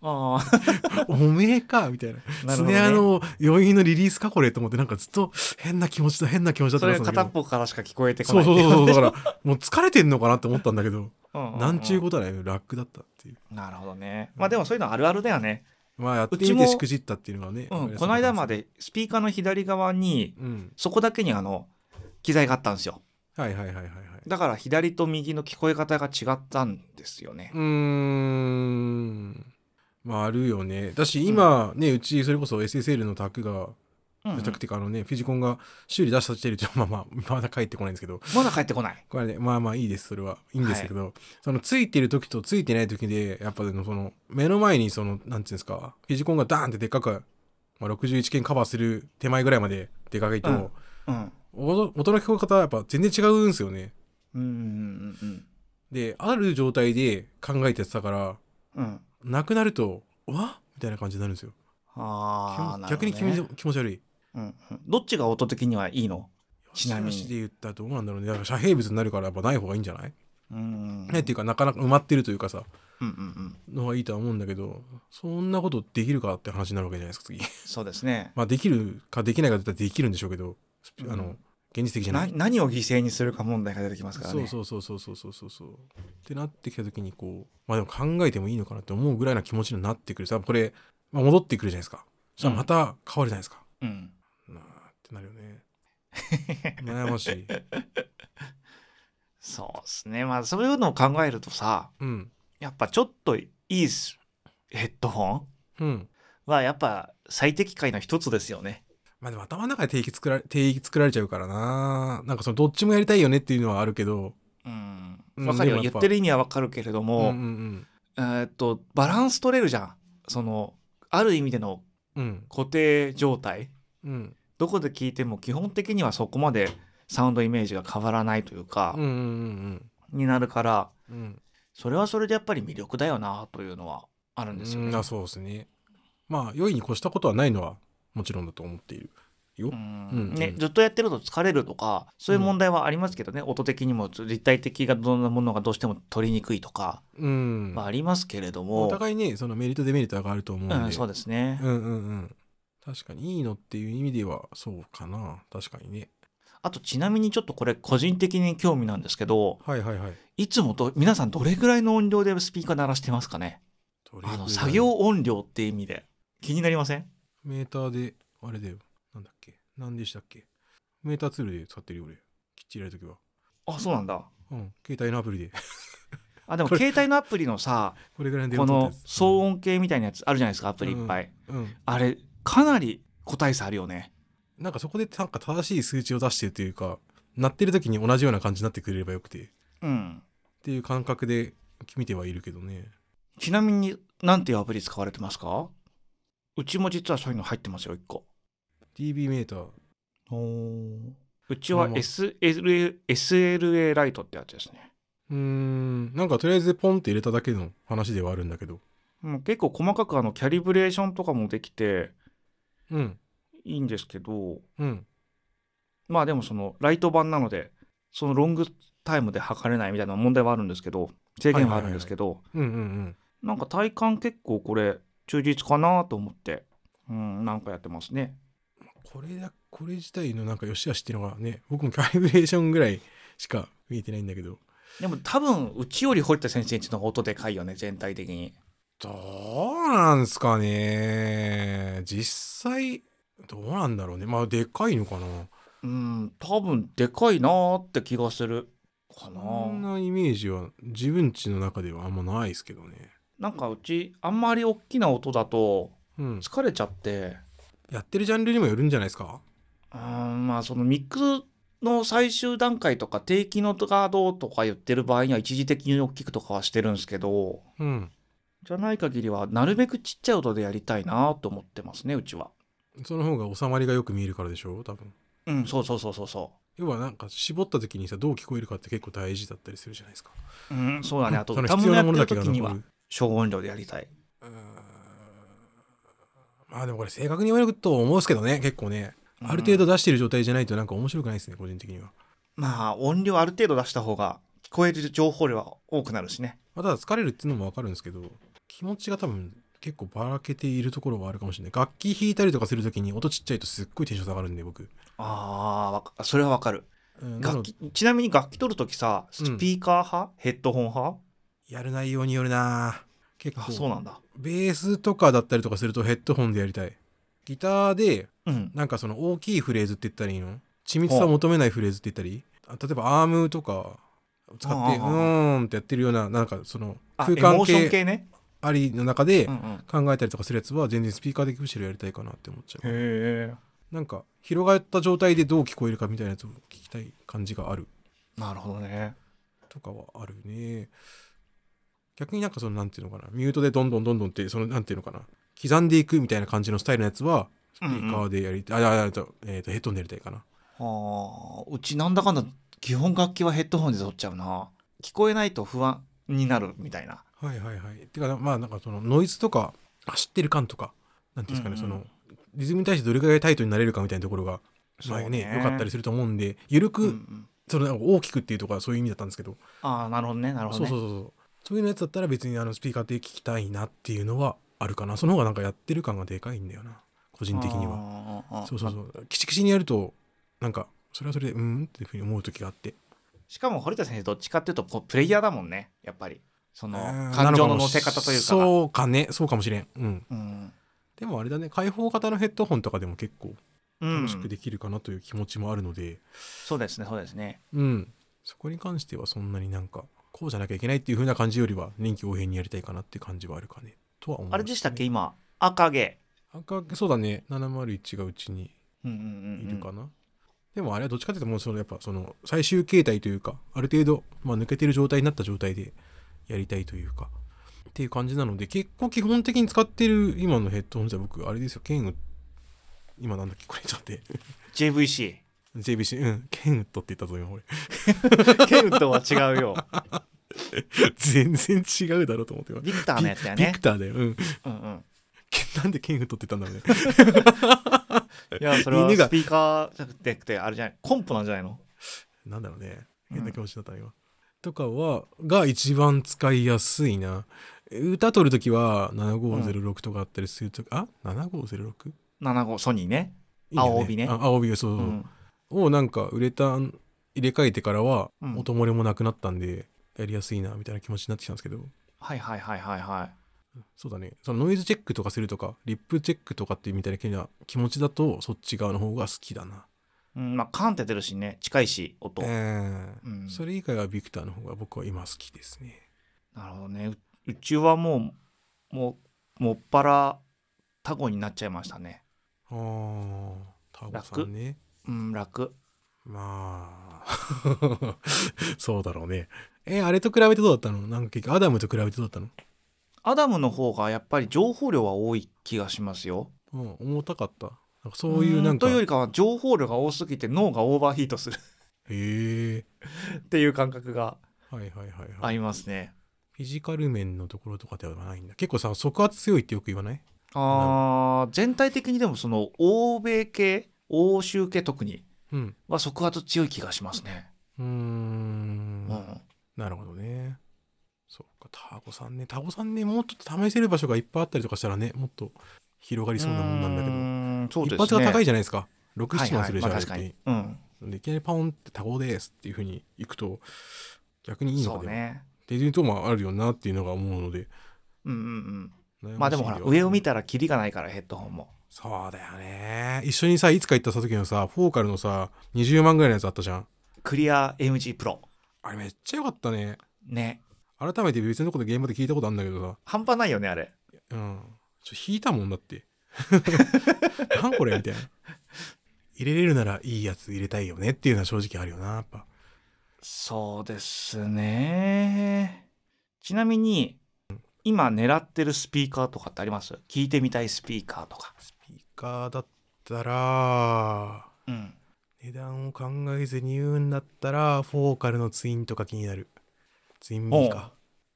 A: うんああ
B: 「おめえか」みたいな
A: [LAUGHS] なるほ
B: ス
A: ど、ね
B: ネ、アの余韻のリリースかこれと思ってなんかずっと変な気持ちだ変な気持ちだって
A: そ
B: なっ
A: れ
B: てた
A: 片
B: んだ
A: っ
B: けど
A: ぽからしか聞こえてこな
B: そう
A: い
B: そうそうそうだ
A: [LAUGHS]
B: からもう疲れてんのかなって思ったんだけど
A: うんうんうん
B: なんちゅうことだよラックだったっていう
A: なるほどねまあでもそういうのあるあるだよね、
B: まあやって
A: うち
B: み
A: も
B: てしくじったっていうのがね、
A: うん、この間ま
B: で
A: でスピーカーの左側に
B: うん
A: そこだけにあの機材があったんですよ
B: はいはいはいはいはい
A: だから左と右の聞こえ方が違ったんですよね
B: うーん。まああるよね。だし今ね、うちそれこそ SSL のタクが、
A: うんうん
B: タクっていうかあのね、フィジコンが修理出したしてると、まあまあ、 [LAUGHS] まだ帰ってこないんですけど、
A: まだ帰ってこない
B: これね、まあまあいいです、それは。いいんですけど、そのついてる時とついてない時で、やっぱでもその、目の前にその、なんていうんですか、フィジコンがダーンってでっかく、まあ、61件カバーする手前ぐらいまででかいと、
A: うんうん
B: 音音の聞こえ方はやっぱ全然違うんですよね。
A: うんうんうん
B: で、ある状態で考えてやってたから、
A: うんうん
B: なくなると、うわみたいな感じになるんですよ。
A: あーなるほ
B: 逆
A: どね
B: に気持ち気持ち悪い。
A: うんうんどっちが音的にはいいのちなみに
B: よしよしで言ったらどうなんだろうね。だから遮蔽物になるからやっぱない方がいいんじゃない、
A: うんうん
B: ねっていうかなかなか埋まってるというかさ、
A: うんうんうん
B: のがいいとは思うんだけど、そんなことできるかって話になるわけじゃないですか、次。 [LAUGHS]
A: そうですね
B: まあできるかできないかだったらできるんでしょうけど、スピ
A: うん
B: あの、現実的じゃな。
A: ない何を犠牲にするか問題が出てきますから
B: そう
A: ね
B: そうそうそうそうそうそうそう。ってなってきた時にこう、まあでも考えてもいいのかなって思うぐらいな気持ちになってくる。さ、これ、まあ、戻ってくるじゃないですか。じゃあまた変わるじゃないですか。
A: うん
B: なあってなるよね。悩ましい。
A: そうですねまあそういうのを考えるとさ
B: うん。
A: やっぱちょっといいすヘッドホン
B: うん。
A: はやっぱ最適解の一つですよね
B: まあでも頭の中で定義作られ、定義作られちゃうからな。なんかそのどっちもやりたいよねっていうのはあるけど。
A: うん
B: うん
A: わかるよ
B: でもや
A: 言
B: っぱ
A: ってる意味はわかるけれど
B: う
A: も、
B: んうん
A: えーっとバランス取れるじゃんそのある意味での
B: うん。うん。
A: 固定状態
B: うん。
A: どこで聞いても基本的にはそこまでサウンドイメージが変わらないというか
B: うん、うんうん
A: になるから
B: うん。うん。
A: それはそれでやっぱり魅力だよなというのはあるんですよ
B: うん
A: ね
B: あ。そうですね。まあ、良いに越したことはないのはもちろんだと思っているよ。
A: う
B: うん
A: ん
B: うん
A: ね、ずっとやってると疲れるとかそういう問題はありますけどね、音的にも立体的がどんなものがどうしても取りにくいとか、
B: うん。
A: まあ、ありますけれども
B: お互いね、そのメリットデメリットがあると思うんで。
A: うん、そうですね、
B: うんうんうん。確かに、いいのっていう意味ではそうかな。確かにね。
A: あとちなみにちょっとこれ個人的に興味なんですけど
B: はいはいはい。
A: いつもど皆さんどれぐらいの音量でスピーカー鳴らしてますかね
B: どれぐ
A: あ
B: らい
A: の作業音量って意味で気になりません
B: メーターで、あれだよ。なんだっけ何でしたっけメーターツールで使ってるよ、俺。きっちりやるときは。
A: あそうなんだ
B: うん。携帯のアプリで。 [LAUGHS]
A: あでも
B: これ
A: 携帯のアプリのさ
B: これぐらい [LAUGHS] の
A: こ
B: 電話取
A: の
B: ったやつ
A: 騒音計みたいなやつあるじゃないですかアプリいっぱい、
B: うん。うん
A: あれかなり個体差あるよね
B: なんかそこでなんか正しい数値を出してるというか、鳴ってる時に同じような感じになってくれればよくて、っ
A: うん
B: ていう感覚で見てはいるけどね。
A: ちなみに何ていうアプリ使われてますかうちも実はそういうの入ってますよ1個
B: DB メーター。
A: うちは
B: まあまあ
A: SLA, SLA ライトってやつですね
B: うーん、なんかとりあえずポンって入れただけの話ではあるんだけど。
A: もう結構細かくあのキャリブレーションとかもできて
B: うん、
A: いいんですけど
B: うん。
A: まあでもそのライト版なのでそのロングタイムで測れないみたいな問題はあるんですけど制限はあるんですけど、
B: うんうんうん。
A: なんか体感結構これ忠実かなと思って、うん、なんかやってますね。
B: これだ、これ自体のなんか良し悪しっていうのがね、僕もキャリブレーションぐらいしか見えてないんだけど。
A: でも多分うちより堀田先生んちの方が音でかいよね全体的に。
B: どうなんすかね実際、どうなんだろうね。まあ、でかいのかな。
A: うん多分でかいなーって気がするかな。
B: そんなイメージは自分家の中ではあんまないですけどね。
A: なんかうちあんまり大きな音だと
B: うん。
A: 疲れちゃって
B: やってるジャンルにもよるんじゃないですか
A: うんまあそのミックスの最終段階とか定期のガードとか言ってる場合には一時的に大きくとかはしてるんですけど
B: うん。
A: じゃない限りはなるべくちっちゃい音でやりたいなと思ってますねうちは。
B: その方が収まりがよく見えるからでしょ多分。
A: うん、そうそうそうそうそ
B: 要はなんか絞った時にさ、どう聞こえるかって結構大事だったりするじゃないですか。
A: う。うん、そうだね。あと、
B: その
A: 歌
B: 必
A: 物
B: 要
A: や
B: な
A: っ
B: もの
A: て
B: だ
A: る
B: けが
A: 時
B: 残
A: に
B: る。
A: は小音量でやりたい。
B: うーんまあでもこれ正確に言われると思うんですけどね、結構ね。ある程度
A: うん
B: 出してる状態じゃないとなんか面白くないですね、個人的には。
A: まあ、音量ある程度出した方が、聞こえる情報量は多くなるしね。
B: まあ、ただ疲れるっていうのもわかるんですけど、気持ちが多分結構ばらけているところはあるかもしれない。楽器弾いたりとかするときに音ちっちゃいとすっごいテンション下がるんで、僕。
A: あーわか、それはわかる。
B: うんな
A: 楽
B: ので
A: 器、ちなみに楽器取るときさ、
B: うん
A: スピーカー派、ヘッドホン派
B: やる内容によるな結
A: あ、そう
B: 構、
A: なんだ。
B: ベースとかだったりとかするとヘッドホンでやりたい。ギターで、
A: うん。
B: なんかその大きいフレーズって言ったらいいの緻密さを求めないフレーズって言ったりあ例えばアームとか使ってう
A: ああああ
B: ーんってやってるようななんかその
A: あ、
B: 空
A: エ
B: 間
A: モーション
B: 系
A: 系ね。
B: ありの中で
A: うんうん。
B: 考えたりとかするやつは全然スピーカーでむしろやりたいかなって思っちゃう
A: へ
B: なんか広がった状態でどう聞こえるかみたいなやつを聞きたい感じがある
A: え。なるほどね。
B: とかはあるね逆になんかそのなんていうのかなミュートでどんどんどんどんってそのなんていうのかな刻んでいくみたいな感じのスタイルのやつはスピーカーでやりたい、ああああえっとえっとヘッドホンでやりたいかな
A: ああーうちなんだかんだ基本楽器はヘッドホンで撮っちゃうな聞こえないと不安になるみたいな
B: はいはいはい。てかまあなんかそのノイズとか走ってる感とかなんていうんですか
A: うん
B: ね、
A: うん
B: そのリズムに対してどれぐらいタイトになれるかみたいなところが、まあね、良かったりすると思うんで緩く、
A: うんうん
B: そのなんか大きくっていうところはそういう意味だったんですけど
A: ああなるほどねなるほど
B: そ
A: ね
B: うそうそうそうそういうのやつだったら別にあのスピーカーで聞きたいなっていうのはあるかなその方がなんかやってる感がでかいんだよな個人的には
A: は
B: そうそうそうキチキチにやるとなんかそれはそれでうーんっていうふうに思う時があって
A: しかも堀田先生どっちかっていうとこうプレイヤーだもんねやっぱりその
B: うん
A: 感情の乗
B: なかも
A: せ方というか
B: そうかねそうかもしれんうん
A: うん、
B: でもあれだね開放型のヘッドホンとかでも結構
A: うん
B: 楽しくできるかなという気持ちもあるので
A: そうですねそうですね
B: うん、そこに関してはそんなになんかこうじゃなきゃいけないっていう風な感じよりは臨機応変にやりたいかなっていう感じはあるかねとは思いま
A: あ
B: す
A: れでしたっけ今赤毛
B: 赤そうだね701がうちに
A: うんうん
B: い
A: うんうん
B: るかな、でもあれはどっちかっていうともうそのやっぱその最終形態というかある程度、まあ、抜けてる状態になった状態でやりたいというかっていう感じなので結構基本的に使ってる今のヘッドホンじゃ僕あれですよケンウッ今なんだっけこれちょっと待って [LAUGHS]
A: JVC
B: JBC うんケンウッドって言ったぞ今俺 [LAUGHS]
A: ケンとは違うよ
B: 全然違うだろうと思って今
A: ビクターのやつだよ
B: ビ
A: ね
B: クターだようん
A: う
B: [LAUGHS]
A: んうん
B: ケンなんでケンウッドって言ったんだろうね
A: いやそれは
B: 犬が
A: スピーカーじゃなくてあれじゃないコンポなんじゃないの
B: なんだろうね
A: うん
B: 変な気持ちだった今、とかはが一番使いやすいな歌取る時は7506とかあったりすると、あ 7506?
A: 75ソニーね
B: いいよ
A: 青帯ね
B: あ青帯がそう
A: う
B: そう、
A: ん
B: をなんかウレタン入れ替えてからは
A: うん
B: 音漏れもなくなったんでやりやすいなみたいな気持ちになってきたんですけど
A: はいはいはいはいはい
B: そうだねそのノイズチェックとかするとかリップチェックとかっていうみたいな気持ちだとそっち側の方が好きだな
A: うんまあカーンって出るしね近いし音、
B: えー
A: うん、
B: それ以外はビクターの方が僕は今好きですね
A: なるほどねううちはもうもうもっぱらタコになっちゃいましたね
B: ああ、タゴさんね。
A: うん楽
B: まあ、 [LAUGHS] そうだろうね。え、あれと比べてどうだったのなんか結局アダムと比べてどうだったの
A: アダムの方がやっぱり情報量は多い気がしますよ
B: うん、重たかった。なんかそういうなん
A: ん
B: か、
A: というよ
B: へ
A: りかは情報量が多すぎて脳がオーバーヒートする [LAUGHS]
B: え。
A: っていう感覚が
B: はいはいはい
A: あ
B: はい。
A: りますね
B: フィジカル面のところとかではないんだ。結構さ、即圧強いってよく言わない
A: あー全体的にでもその欧米系欧州系特に
B: うん。
A: は即発強い気がしますね
B: うーん
A: う。ん
B: なるほどね。そっか、タゴさんね。タゴさんね、もうちょっと試せる場所がいっぱいあったりとかしたらね、もっと広がりそうなもんなんだけ
A: どそ
B: ど。
A: うですね
B: 一発が高い
A: じ
B: じゃないですか。6、7万するじゃ
A: はいはいまあ、
B: ないで
A: 確かに、うん、
B: でいきなりパオンって多忙ですっていうふうに行くと逆にいいの
A: そ
B: か
A: う
B: ね
A: ね
B: っていうとまああるよなっていうのが思うので
A: うんうんうん
B: 悩しいよ
A: まあでもほら上を見たらキリがないからヘッドホンも
B: そうだよね一緒にさいつか行った時のさフォーカルのさ20万ぐらいのやつあったじゃん
A: クリア MG プロ
B: あれめっちゃ良かったね
A: ね
B: 改めて別のとこで現場で聞いたことあるんだけど
A: 半端ないよねあれ
B: さうんちょ引いたもんだって [LAUGHS] なんこれみたいな入れれるならいいやつ入れたいよねっていうのは正直あるよなやっぱ
A: そうですねちなみに今狙ってるスピーカーとかってあります聞いてみたいスピーカーとか
B: スピーカーだったら
A: うん
B: 値段を考えずに言うんだったらフォーカルのツインとか気になるツインミーか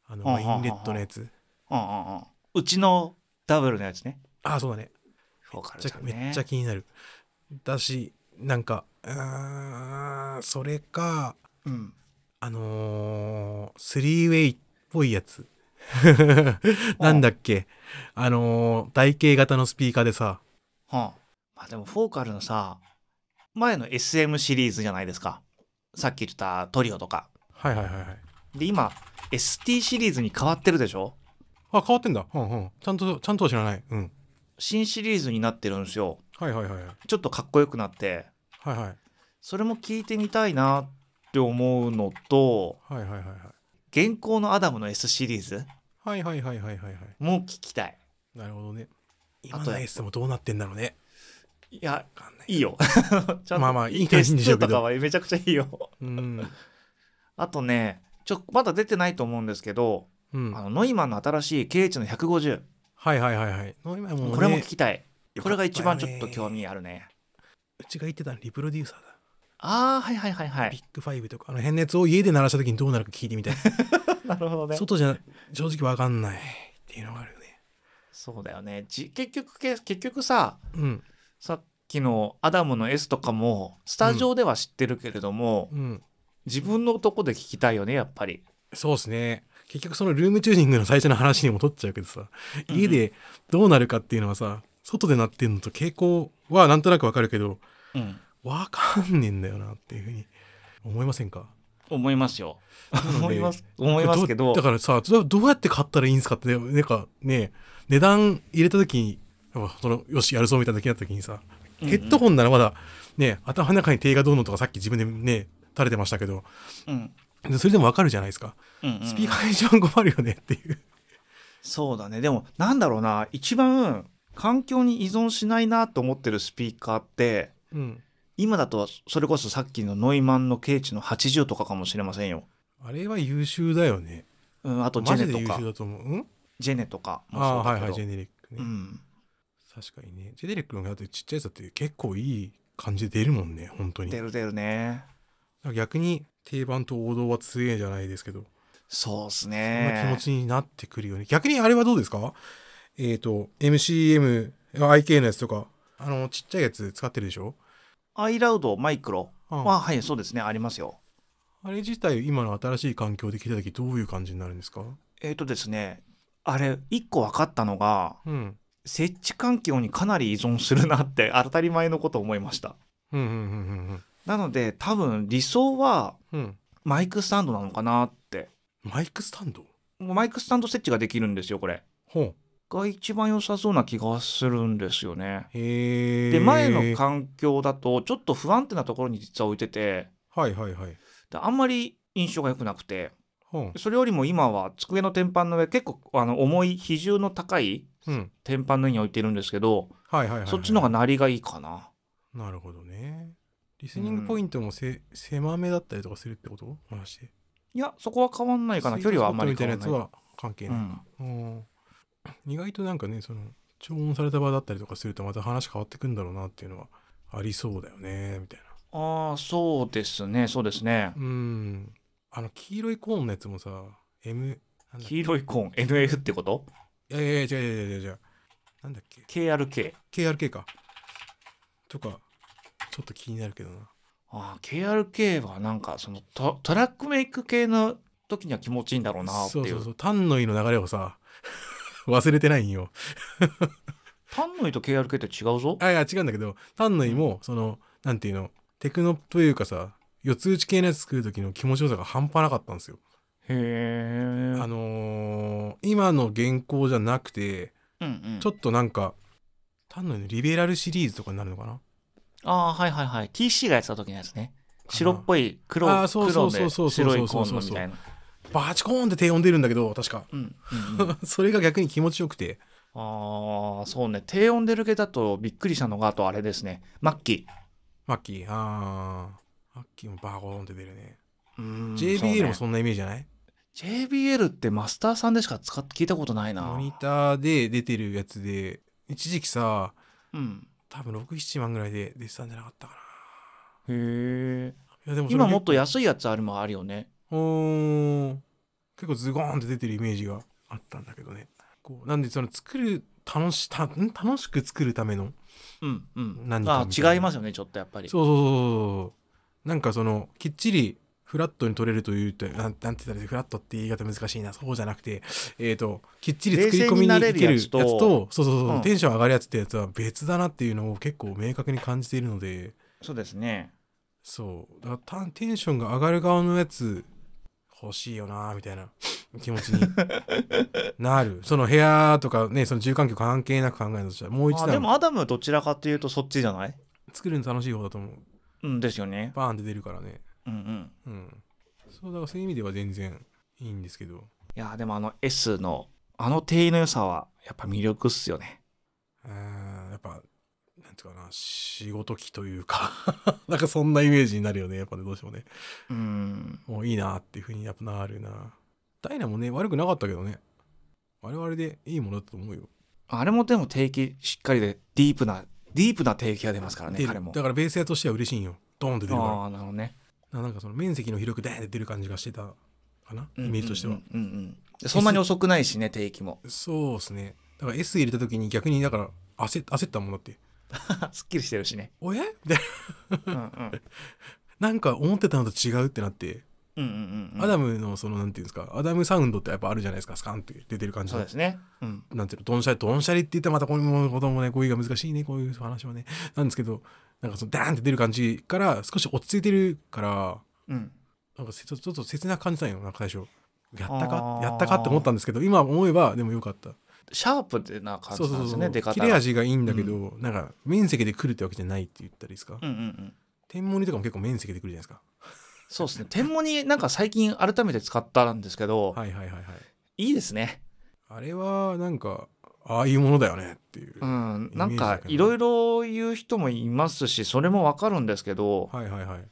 B: あの
A: おう
B: ワインレッドのやつ
A: うんうんうんうちのダブルのやつね
B: ああそうだね
A: フォーカル
B: じゃ
A: さん
B: め
A: ね
B: っちゃ気になるだしなんかうーんそれか
A: うん
B: あのースリーウェイっぽいやつ [LAUGHS] なんだっけあのー台形型のスピーカーでさ
A: はあ、まあでもフォーカルのさ前の SM シリーズじゃないですかさっき言ったトリオとか
B: はいはいはいはい
A: で今 ST シリーズに変わってるでしょ
B: あ変わってんだ、うんうん、ちゃんとちゃんとは知らないうん
A: 新シリーズになってるんですよ
B: はいはいはいはい
A: ちょっとかっこよくなって
B: はいはい
A: それも聞いてみたいなって思うのと
B: はいはいはいはい
A: 現行のアダムの S シリーズ
B: はいはいはいはいはいはい
A: もう聞きたい
B: なるほどね。
A: あ
B: 今
A: と
B: のエースもどうなってんだろうね。
A: いや
B: わかんない。
A: いいよ [LAUGHS] ちゃんと
B: まあまあいいのはいいんでし
A: S2
B: ょうけ
A: と
B: ど
A: かはめちゃくちゃいいよ
B: うん。
A: あとねちょまだ出てないと思うんですけど、
B: うん。
A: あ
B: は
A: のノイマンの新しい KH の150
B: いはいはいはい。の今もうね
A: これも聞きたい
B: よかったよね
A: これが一番ちょっと興味あるね
B: うちが言ってたのリプロデューサーだ。
A: ああ、はいはいはいは
B: ビ
A: い。
B: ッグファイブとかあの変熱を家で鳴らした時にどうなるか聞いてみたい
A: なるほどね。
B: 外じゃ正直わかんないっていうのがあるよね
A: そうだよね。じ結局け、結局さ、
B: うん
A: さっきのアダムの S とかも、スタジオでは知ってるけれども、
B: うん
A: 自分のとこで聞きたいよね、やっぱり。
B: そうですね結局そのルームチューニングの最初の話に戻っちゃうけどさ
A: うんうん
B: 家でどうなるかっていうのはさ外で鳴ってんのと傾向はなんとなくわかるけど
A: うん。
B: わかんねえんだよなっていうふうに思いませんか
A: 思いますよ。
B: の
A: [LAUGHS]
B: で
A: 思います。思いますけど
B: だ。からさどうどうやって買ったらいいんですかってねなんかね値段入れた時にやっぱそのよしやるぞみたいな時になった時にさ
A: うんうん
B: ヘッドホンならまだね頭の中に手がどうのとかさっき自分でね垂れてましたけど
A: うん。
B: でそれでもわかるじゃないですか
A: うんうん
B: スピーカーが一番困るよねっていう
A: そうだね。でも、なんだろうな。一番、環境に依存しないなと思ってるスピーカーって、
B: うん
A: 今だと、それこそさっきのノイマンのケーチの80とかかもしれませんよ。
B: あれは優秀だよね
A: うん、あとジ
B: マジ
A: ェ
B: で
A: ネ
B: 優
A: とか
B: 秀、だと思ううん
A: ジェネとかも
B: ああ
A: そうだ
B: ーはい
A: け
B: はい
A: ど
B: ジェ。ネリックね、
A: うん。
B: 確かにねジェネリックのだってちっちゃいやつだって結構いい感じで出るもんね本当に
A: 出る出るね。
B: だから逆に定番と王道は強えじゃないですけど
A: そうっす
B: そんな気
A: ね
B: 持。ちになってくるよね。逆にあれはどうですかえっ、と、MCM、IK のやつとか、あの、ちっちゃいやつ使ってるでしょ
A: アイラウド、マイクロ
B: あ
A: は、はい、そうですね、ありますよ。
B: あれ自体、今の新しい環境で聞いた時どういう感じになるんですか
A: えっ、とですね、あれ、一個分かったのが、
B: うん。
A: 設置環境にかなり依存するなって、 [LAUGHS] 当たり前のこと思いました。
B: うんうんうん
A: なので、多分理想は
B: うんうん。うん。
A: マイクスタンドなのかなって。
B: マイクスタンド
A: もうマイクスタンド設置ができるんですよ、これ。
B: ほ
A: が一番良さそうな気がするんですよね。
B: う。へえ。
A: で前の環境だとちょっと不安定なところに実は置いてて
B: はいはいはい。
A: であんまり印象が良くなくて
B: ほ。
A: それよりも今は机の天板の上結構あの重い比重の高いう
B: うん。
A: 天板の上に置いてるんですけど
B: はいはいはい、はい。
A: そっちの方が鳴りがいいかな
B: なるほどね。リスニングポイントもせ、狭めだったりとかするってこともしかして。
A: いやそこは変わんないかな距離はあんまり
B: スイー
A: 変わ
B: ト
A: ん
B: ス
A: ない
B: ポットみたいなやつは関係
A: う
B: ない。
A: ん、
B: うん意外となんかねその調音された場だったりとかするとまた話変わってくんだろうなっていうのはありそうだよねみたい
A: ああそうですねそうですね
B: なうんあの黄色いコーンのやつもさ M なんだっ
A: 黄
B: けい
A: 色いコーン NF ってこと
B: やいやいや違う違う違う違うなんだっけ
A: ?KRK
B: KRK かとかちょっと気になるけどな
A: ああ KRK はなんかそのトトラックメイク系の時には気持ちいいんだろうなって
B: そ
A: いうう
B: そうそう単の意の流れをさ [LAUGHS] 忘れてないんよ
A: 単の位と KRK って違うぞ
B: あいや違うんだけど単の意もそのなんていうのテクノというかさ四つ打ち系のやつ作る時の気持ちよさが半端なかったんですよ
A: へえ
B: あのー今の原稿じゃなくて、
A: うんうん、
B: ちょっとなんか、単のリベラルシリーズとかになるのかな
A: ああはいはいはい TC がやってた時のやつね白っ
B: い。
A: ぽい黒
B: あーそうそうそうそうそう
A: 黒で白いコーンのみたいな
B: バチコーンって低音出るんだけど、確か。 [LAUGHS]
A: うんうんうん
B: それが逆に気持ちよくて。
A: [LAUGHS] ああそうね低音出る系だとびっくりしたのがあとあれですねマッキ
B: マッキー、あー。マッキーもバーコーンって出るね。
A: ーうーん
B: JBL も
A: そ
B: そんなイメージじゃないう
A: ね JBL ってマスターさんでしか使っ聞いたことないな
B: モニターで出てるやつで、一時期さ、
A: うん
B: 多分6、7万ぐらいで出てたんじゃなかったか
A: へえ
B: な。いやでもそれ
A: 今もっと安いやつあるもあるよね
B: うーん結構ズゴーンって出てるイメージがあったんだけどねこうなんでその作る楽したん楽しく作るための
A: うんうん
B: 何か
A: あ
B: みたいな
A: 違いますよねちょっとやっぱり
B: そうそうそうそうそうなんかそのきっちりフラットに取れるというとなんなんて言ったらフラットって言い方難しいなそうじゃなくてえっ、ときっちり作り込みにいけるやつと
A: 冷静になれるやつと
B: そうそうそう、
A: うん
B: テンション上がるやつってやつは別だなっていうのを結構明確に感じているので
A: そうですね
B: そうだからたテンションが上がる側のやつ欲しいよなみたいな [LAUGHS] 気持ち
A: [LAUGHS]
B: になるその部屋とかねその住環境関係なく考えるとしたらもう一
A: あで
B: 段
A: もアダムはどちらかというとそっちじゃない
B: 作るの楽しい方だと思う
A: うんですよね
B: バーンって出るからね
A: うんうん
B: うんそうだからそういう意味では全然いいんですけど
A: いやーでもあの S のあの定位の良さはやっぱ魅力っすよね。
B: うーんやっぱなんていうかな仕事気というか [LAUGHS] なんかそんなイメージになるよねやっぱねどうしてもね
A: うーん。
B: もういいなっていうふうにやっぱなるなダイナもね悪くなかったけどね我々でいいものだと思うよ
A: あれもでも定期しっかりでディープなディープな定期が出ますからね
B: 出る
A: 彼も
B: だ。からベース屋としては嬉しいんよドーンって出る
A: あ
B: か
A: あなるほどね
B: らななんかその面積の広くでーンって出る感じがしてたかなイ
A: うん
B: メージとしては、
A: うんうんうんうんそんなに遅くないしね定期
B: [LAUGHS]
A: も
B: そうですねだから S 入れた時に逆にだから焦焦ったもんだって
A: すっきりしてるしね
B: 「おえ?」みたい
A: うんうん
B: な [LAUGHS] なんか思ってたのと違うってなって、
A: うんうんうん
B: アダムのそのなんていうんですかアダムサウンドってやっぱあるじゃないですかスカンって出てる感じ
A: そう
B: の
A: ですねうん
B: なんていうのドンシャリドンシャリって言ったらまたこれも子供ね語彙が難しいねこういう話はねなんですけどなんかそのダーンって出る感じから少し落ち着いてるから
A: うん
B: なんかせちょちょっと切なく感じたんよなんか最初やったか
A: あー
B: やったかって思ったんですけど今思えばでもよかった
A: シャープでな感
B: そう
A: じ
B: そ
A: なん
B: う
A: です
B: そ
A: よね
B: う
A: 出
B: 切
A: 方
B: れ
A: が
B: 味がいいんだけど、なんか面積で来るってわけじゃないって言ったらいいですか、
A: うんうんうん
B: 天文にとかも結構面積で来るじゃないですか
A: そうですね天文になんか最近改めて使ったんですけど、
B: はいはいはいはい
A: い、いですね
B: あれはなんかああいうものだよねっていう、
A: う
B: は
A: ん
B: イメ
A: な
B: ー
A: ん
B: ジだから
A: かいろいろ言う人もいますしそれもわかるんですけど
B: いはいはい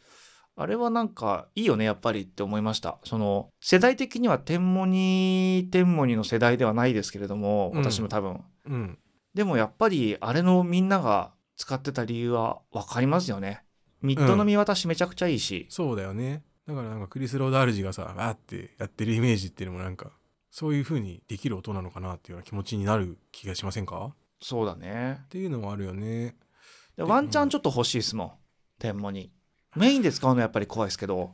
A: あれはなんかいいよねやっぱりって思いましたその世代的には天文に天文にの世代ではないですけれども
B: うん
A: 私も多分、
B: うん
A: でもやっぱりあれのみんなが使ってた理由はわかりますよねミッドの見渡しめちゃくちゃいいし、
B: そうだよねだからなんかクリス・ローダールジがさわーってやってるイメージっていうのもなんかそういう風にできる音なのかなっていうような気持ちになる気がしませんか
A: そうだね
B: っていうのもあるよね
A: でワンチャンちょっと欲しいですもん天文にメインで使うのはやっぱり怖いですけど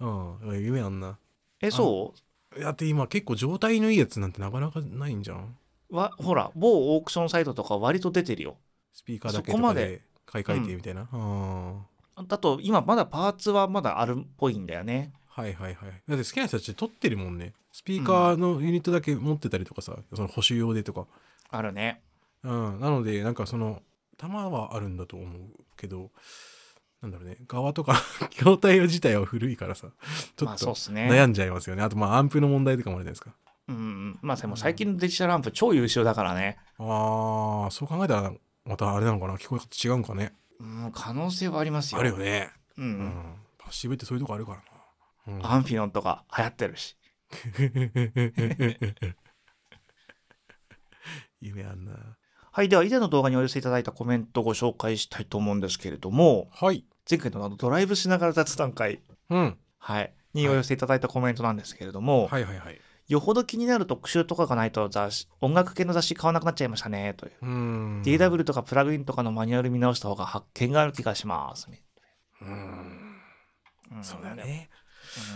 B: うん夢あんな
A: えそ
B: だって今結構状態のいいやつなんてなかなかないんじゃん
A: うわほら某オークションサイトとか割と出てるよ
B: スピーカーだけ
A: そ
B: と
A: こま
B: か
A: で
B: で買い替えてみたいな、あー
A: だと今まだパーツはまだあるっぽいんだよね
B: はいはいはいだって好きな人たち撮ってるもんねスピーカーのユニットだけ持ってたりとかさ、その補修用でとか
A: あるね
B: うんなのでなんかその弾はあるんだと思うけどなんだろうね側とか [LAUGHS] 筐体自体は古いからさちょ
A: ま
B: っ
A: あそう
B: と
A: っすね
B: 悩んじゃいますよねあとまあアンプの問題とかもあるじゃないですか
A: うんうんまあでも最近のデジタルアンプ超優秀だからね、
B: あーそう考えたらまたあれなのかな聞こえ方違うんかね
A: うん、可能性はありますよ
B: あるよね
A: うん
B: うん、パッシブってそういうとこあるからな、うん、
A: アンフィノンとか流行ってるし
B: 夢あんな
A: はいでは以前の動画にお寄せいただいたコメントをご紹介したいと思うんですけれども
B: はい
A: 前回のあのドライブしながら雑談会、
B: うん
A: はい、にお寄せいただいたコメントなんですけれども、
B: はいはいはい
A: よほど気になる特集とかがないと雑誌音楽系の雑誌買わなくなっちゃいましたねという、
B: うーん
A: DW とかプラグインとかのマニュアル見直した方が発見がある気がします、
B: うーん
A: うん
B: そうだ、ね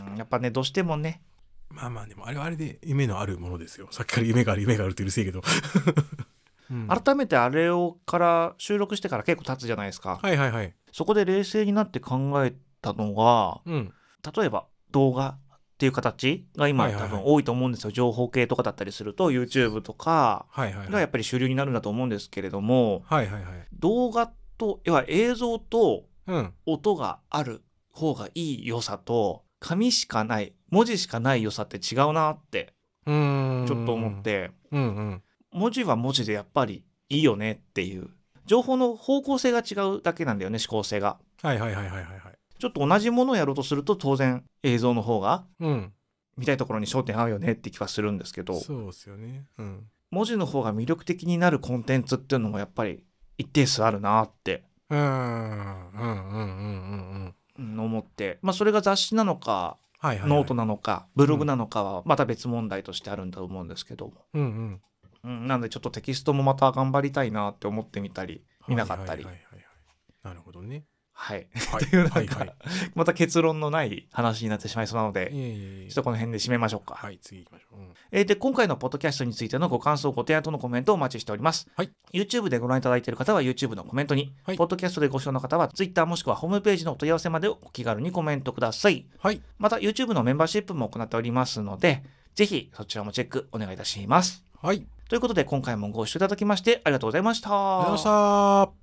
A: うんやっぱねどうしてもね
B: まあまあでもあれはあれで夢のあるものですよさっきから夢がある夢があるってうるせえけど、うんは
A: 改めてあれをから収録してから結構経つじゃないですか、
B: いはいはい
A: そこで冷静になって考えたのが
B: うん
A: 例えば動画っていう形が今
B: はいはい
A: 多
B: はい
A: 分多いと思うんですよ、情報系とかだったりすると YouTube とか
B: はいはい
A: が
B: は
A: やっ
B: い
A: ぱり主流になるんだと思うんですけれども
B: はいはいはい
A: 動画と要は映像と
B: うん
A: 音がある方がいい良さと紙しかない文字しかない良さって違うなって
B: うーん
A: ちょっと思って
B: うんうん
A: 文字は文字でやっぱりいいよねっていう情報の方向性が違うだけなんだよね指向性が
B: はいはいはいはいはいはい
A: ちょっと同じものをやろうとすると当然映像の方が
B: うん
A: 見たいところに焦点合うよねって気はするんですけど
B: そうですよねうん
A: 文字の方が魅力的になるコンテンツっていうのもやっぱり一定数あるなって
B: うーんうんうんうんうんうん
A: うん思ってまあそれが雑誌なのか
B: はいはい、はい、
A: ノートなのかブログなのかはまた別問題としてあるんだと思うんですけども、
B: うんうん
A: うん、なのでちょっとテキストもまた頑張りたいなって思ってみたり見なかったり
B: はいはいはいはいなるほどね
A: はい、
B: はい
A: っていうなんか
B: はいはい
A: また結論のない話になってしまいそうなので
B: いえいえいえ
A: ちょっとこの辺で締めましょうか、
B: はい、次行きましょう。うん
A: えーで今回のポッドキャストについてのご感想ご提案とのコメントをお待ちしております、
B: はい
A: YouTube でご覧いただいている方は YouTube のコメントに、
B: はい
A: ポッドキャストでご視聴の方は Twitter もしくはホームページのお問い合わせまでお気軽にコメントください
B: はい、
A: また YouTube のメンバーシップも行っておりますのでぜひそちらもチェックお願いいたします
B: はい、
A: ということで今回もご視聴いただきましてありがとうございました。
B: ありがとうございました。